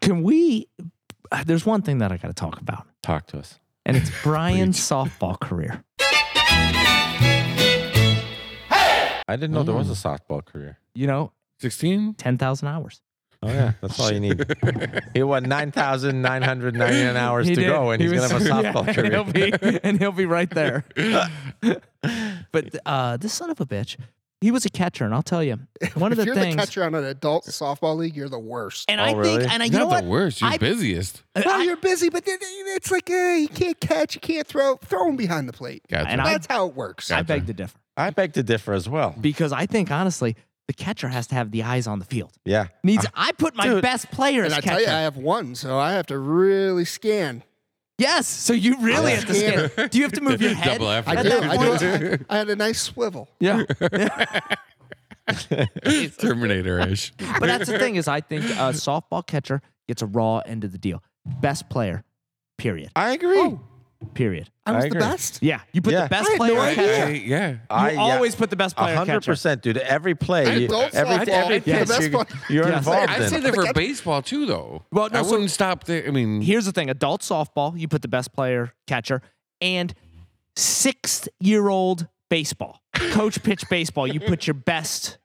Can we? uh, There's one thing that I got to talk about, Talk to us. and it's Brian's softball career. I didn't know there Oh. was a softball career. You know, 16? 10,000 hours. Oh yeah, that's all you need. he won nine thousand nine hundred ninety nine hours to did. go, and He he's gonna have was- a yeah, softball And he'll, career. be, and he'll be right there. but uh, this son of a bitch, he was a catcher, and I'll tell you, one of if the you're things. the catcher on an adult softball league, you're the worst. and Oh, I really? think, and I, you Not know what? the worst. You're I- busiest. I- Well, you're busy, but then it's like uh, you can't catch, you can't throw, throw him behind the plate. Gotcha. And I- That's how it works. I beg to differ I beg to differ as well. because I think honestly, the catcher has to have the eyes on the field. Yeah, Needs. I put my Dude. best player and as I tell catcher. you, I have one, so I have to really scan. yes. So you really have to Scanner. scan. Do you have to move your head? Double effort. I At do. that I, point- do. I, I had a nice swivel. Yeah. Terminator ish. but that's the thing is, I think a softball catcher gets a raw end of the deal. Best player, period. I agree. Period. I I was the agree. best. Yeah, you put Yeah. the best I had no player. idea. catcher. I- yeah. I you yeah, always put the best a player. hundred catcher. percent, dude. Every play, you, Adult every softball, every it's the pitch, best you, one. you're Yeah. involved I'd in. say that for baseball too, though. Well, no, I so- wouldn't stop there. I mean, Here's the thing: adult softball, you put the best player catcher, and six-year-old baseball coach pitch baseball, you put your best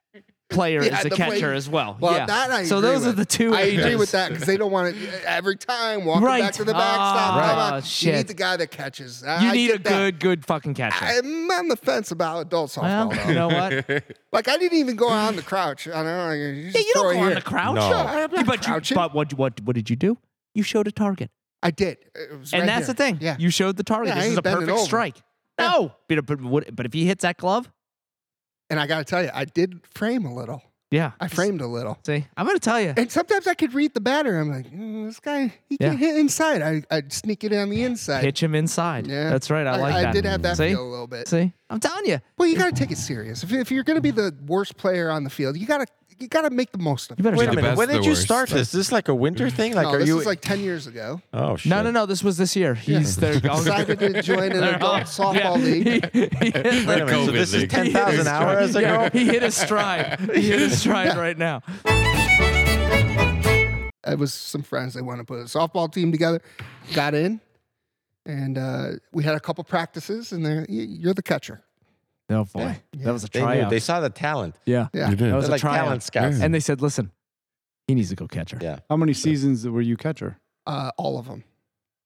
player Yeah, as a the play- catcher as well. Well, yeah. that I so agree those are with. the two. I agree ages. with that because they don't want it eh, every time walking Right. back to the Ah, backstop. Come Right. on. shit. You need the guy that catches. You I need get a that. good, good fucking catcher. I'm on the fence about adult well, softball. though. you know what? Yeah, Like I didn't even go on the crouch. I don't know. You, just you throw don't it go on here. the crouch. No. Sure, I'm not But, you, crouching. but what, what, what did you do? You showed a target. I did. It was And right that's the here. thing. Yeah. You showed the target. Yeah, I this is ain't a bending perfect over. strike. Yeah. No. But, but, what- but if he hits that glove, and I got to tell you, I did frame a little. yeah. I framed a little. See, I'm going to tell you. And sometimes I could read the batter. I'm like, mm, this guy, he can hit inside. I, I'd sneak it on the inside. Pitch him inside. Yeah. That's right. I, like I, that. did have that See? feel a little bit. See? I'm telling you. Well, you got to take it serious. If, if you're going to be the worst player on the field, you got to you got to make the most of it. You better Wait a shut the minute. best, When the did you worst. start this? Is this like a winter thing? Like, no, are this you? was like ten years ago. Mm-hmm. oh No, shit. no, no. This was this year. He's there. Decided to join an adult softball league. Wait a minute. So COVID this is league. ten thousand hours Yeah, ago. he hit his stride. He hit his stride right now. It was some friends. They wanted to put a softball team together. Got in, and uh, we had a couple practices. And they're, you- you're the catcher. Oh boy, that was a They knew. tryout. They saw the talent. yeah, Yeah. You did. that was They're a like tryout. talent Hmm. scouts. And they said, "Listen, he needs to go catcher." Yeah. How many seasons were you catcher? Uh, all of them,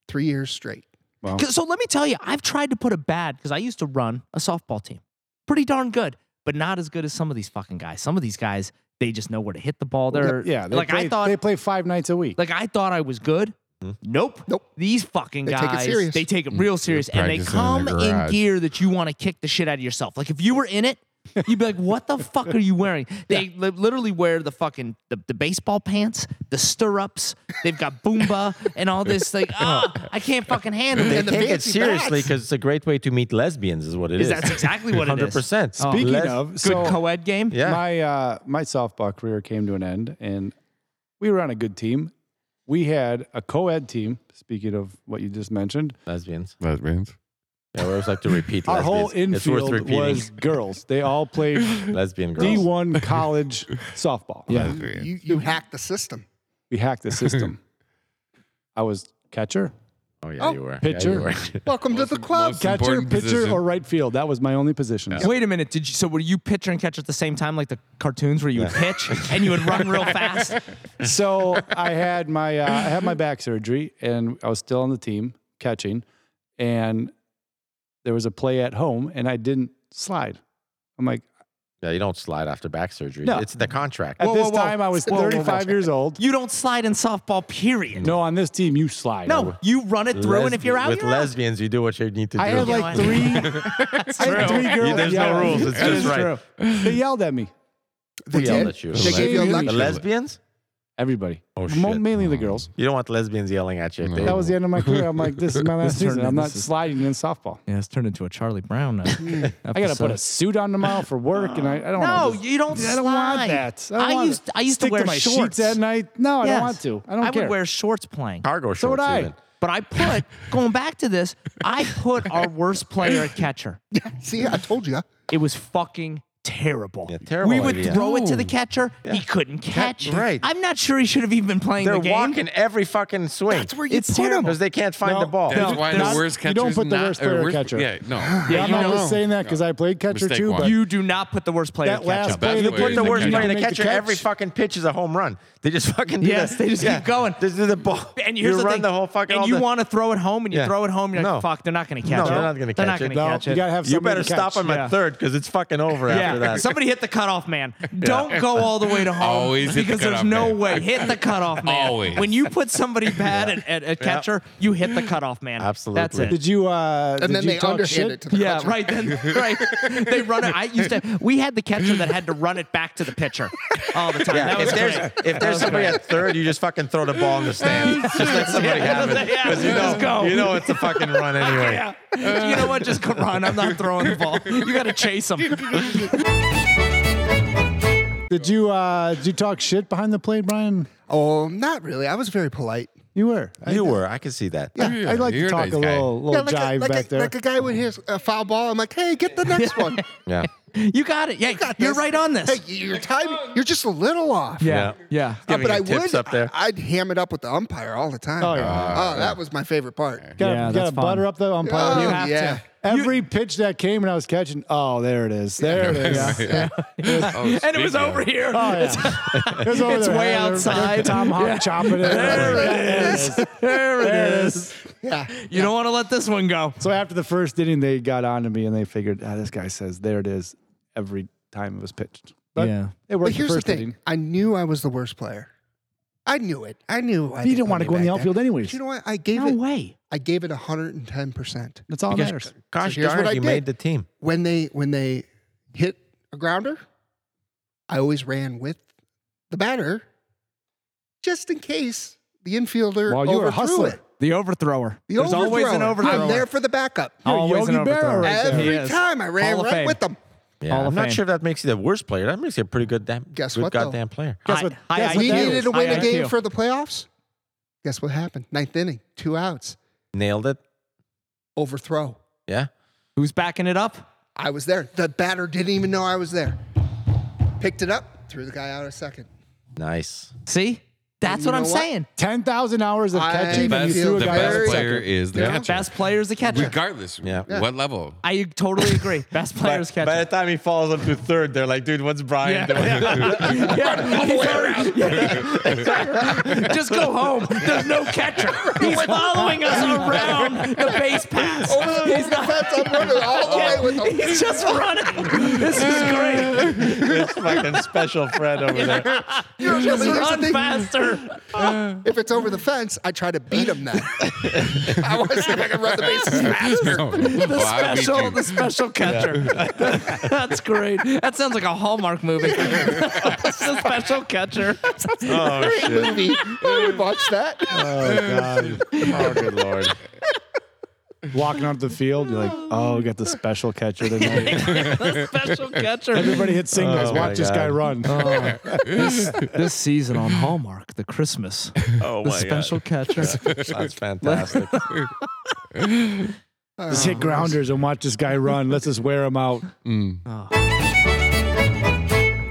three years straight. 'Cause- So let me tell you, I've tried to put a bad because I used to run a softball team, pretty darn good, but not as good as some of these fucking guys. Some of these guys, they just know where to hit the ball. They're yeah, they like play, I thought. they play five nights a week. Like I thought I was good. Hmm? Nope. Nope. These fucking They take it guys, serious. they take it Mm. real serious, and they practicing in come the in garage. gear that you want to kick the shit out of yourself. Like if you were in it, you'd be like, "What the fuck are you wearing?" They li- literally wear the fucking the, the baseball pants, the stirrups. They've got boomba and all this. Like, ah, I can't fucking handle They it. And the take it fancy seriously bats. because it's a great way to meet lesbians, is what it is. Is that's exactly what it Hundred is. percent. Oh. Speaking of, Good so co-ed game. yeah, my uh, my softball career came to an end, and we were on a good team. We had a co-ed team. Speaking of what you just mentioned, lesbians. that means. Yeah, we always like to repeat. our lesbians. whole it's worth infield repeating. was girls. They all played lesbian girls. D1 college softball. Yeah. You you hacked the system. we hacked the system. I was catcher, Oh yeah, you were. pitcher. Yeah, you were. Welcome to the club. Most catcher, important pitcher, position. or right field. That was my only position. Wait a minute. Did you? So were you pitcher and catch at the same time, like the cartoons where you would pitch and you would run real fast? so I had my uh, I had my back surgery, and I was still on the team catching, and there was a play at home, and I didn't slide. I'm like, Yeah, you don't slide after back surgery. No. It's the contract. at Whoa, this whoa, whoa. time I was Whoa, whoa, whoa. 35 years old. You don't slide in softball, period. No, on this team you slide. No, you run it through, and if you're out, with you're out. lesbians, you do what you need to do. I had You know like what? three. I true. had three You- girls. there's no yelling. rules. It's That just is right. true. They yelled at me. Who yelled did. at you? They gave you a The The lecture. lesbians? Everybody. Oh, Mo- shit. Mainly the girls. You don't want lesbians yelling at you. They- That was the end of my career. I'm like, this is my last season. turned I'm into- not this is- sliding in softball. Yeah, it's turned into a Charlie Brown. uh, Hmm. I gotta put a suit on tomorrow for work, and I, I don't. No, wanna just- you don't. I don't want slide. that. I, don't want used. I used stick to wear my shorts sheets at night. No, I Yes. don't want to. I don't I care. would wear shorts playing. cargo shorts. So would I. even. But I put. going back to this, I put our worst player at catcher. See, I told you. It was fucking terrible. Yeah, terrible We would idea. throw it to the catcher. He couldn't catch. right. I'm not sure he should have even been playing They're the game. walking every fucking swing. That's where you It's put him. terrible. because they can't find No. the ball. That's No, why the that's- worst catcher you don't put the not, worst player or at catcher. Yeah, no. Yeah, I'm you not know. really saying that because I played catcher Mistake too, one. but You do not put the worst player That to catch last up. play That's that the they way Put the the worst catcher. player in the Make the catcher. catch. Every fucking pitch is a home run. They just fucking do Yes, that. they just keep going. They do the ball. And here's you the run thing. the whole fucking. and all you the- want to throw it home, and you Yeah. throw it home. And you're No. like, fuck, they're not going to catch No, it. they're not gonna They're catch it. gonna no, catch you it. gotta have you somebody better to catch. stop on my Yeah. third because it's fucking over yeah, after that. somebody hit the cutoff man. Don't go all the way to home Always hit the because there's cutoff no man. way. Hit the cutoff man. Always. When you put somebody bad at, at, at catcher, you hit the cutoff man. That's Absolutely. it. Did you? Uh, And did then you they talk underhand shit? it to the yeah, catcher. right. Then right, they run it. I used to. We had the catcher that had to run it back to the pitcher all the time. Yeah, that was if there's great. if there's somebody at third, you just fucking throw the ball in the stand. just let somebody Yeah, have it. yeah, 'Cause you let's know, go. you know it's a fucking run anyway. Yeah. You know what? Just go run. I'm not throwing the ball. You got to chase them. Did you? Uh, did you talk shit behind the plate, Brian? Oh, not really. I was very polite. You were. I, You were. I could see that. I like to You're a talk nice a guy. little, little like, jive a, like, back a, there. like a guy would hit a foul ball. I'm like, hey, get the next one. Yeah. You got it. Yeah, you're right on this. Hey, your time, you're just a little off. yeah, Yeah. yeah. Uh, Giving but I him tips would. up there. I, would ham it up with the umpire all the time. Oh, Oh, yeah. that was my favorite part. gotta Yeah, gotta that's fun. butter up the umpire. Oh, You have yeah. to. Every pitch that came and I was catching, oh, there it is. There it is. And it was over here. Oh, yeah. It was over It's there. way They're- they're outside. Tomahawk Yeah. chopping it. There it is. There it There it is. is. Yeah. You don't want to let this one go. So after the first inning, they got on to me and they figured, ah, this guy says there it is every time it was pitched. But Yeah. it But worked here's the the first thing. inning. I knew I was the worst player. I knew it. I knew. I He didn't want to put go in me the back outfield there. anyways. But you know what? I gave No it. way. I gave it 110 percent. That's all that matters. Gosh here's darn, what it, I you did. made the team. When they when they hit a grounder, I always ran with the batter, just in case the infielder Well, you were a overthrew hustler. it. The overthrower. The There's always an overthrower. overthrower. I'm there for the backup. You're Always an Yogi Berra overthrower. right there. He Every is. time I ran Hall of right Fame. with them. Yeah, Hall of I'm not Fame. sure if that makes you the worst player. That makes you a pretty good damn Guess good what, though? goddamn player. Guess what- High- guess high what We that needed is. to win High a game IQ. for the playoffs. Guess what happened? Ninth inning, two outs, Nailed it. overthrow. Yeah. Who's backing it up? I was there. The batter didn't even know I was there. Picked it up, threw the guy out a second. Nice. See? That's You what know I'm what? saying. 10,000 hours of I catching and you best- threw a the guy out best of very- player second. is the Yeah. catcher, Best player is the catcher. regardless. Yeah. What level? I totally agree. Best player is catcher. time he falls up to third, they're like, dude, what's Brian Yeah. Yeah, he's already- yeah. Just go home. There's no catcher. He's following us around the base pass. Oh, He's not. That's I'm running all the way with the He's just running. This is great. this fucking special Fred over there. Here's the Just run thing. faster. If it's over the fence, I try to beat him then. I want to see if I can run the bases faster. Oh, The well, I beat special, you. the special catcher. That's great. That sounds like a Hallmark movie. the special catcher. Oh shit. Movie. I would watch that. Oh, God. Oh good lord. Walking onto the field, you're like, oh, we got the special catcher tonight. the special catcher. Everybody hit singles. Oh, my Watch this guy God. run. this, this season on Hallmark, the Christmas, Oh the my special catcher. god. That's fantastic. Let's hit grounders and watch this guy run. Let's just wear him out. Oh.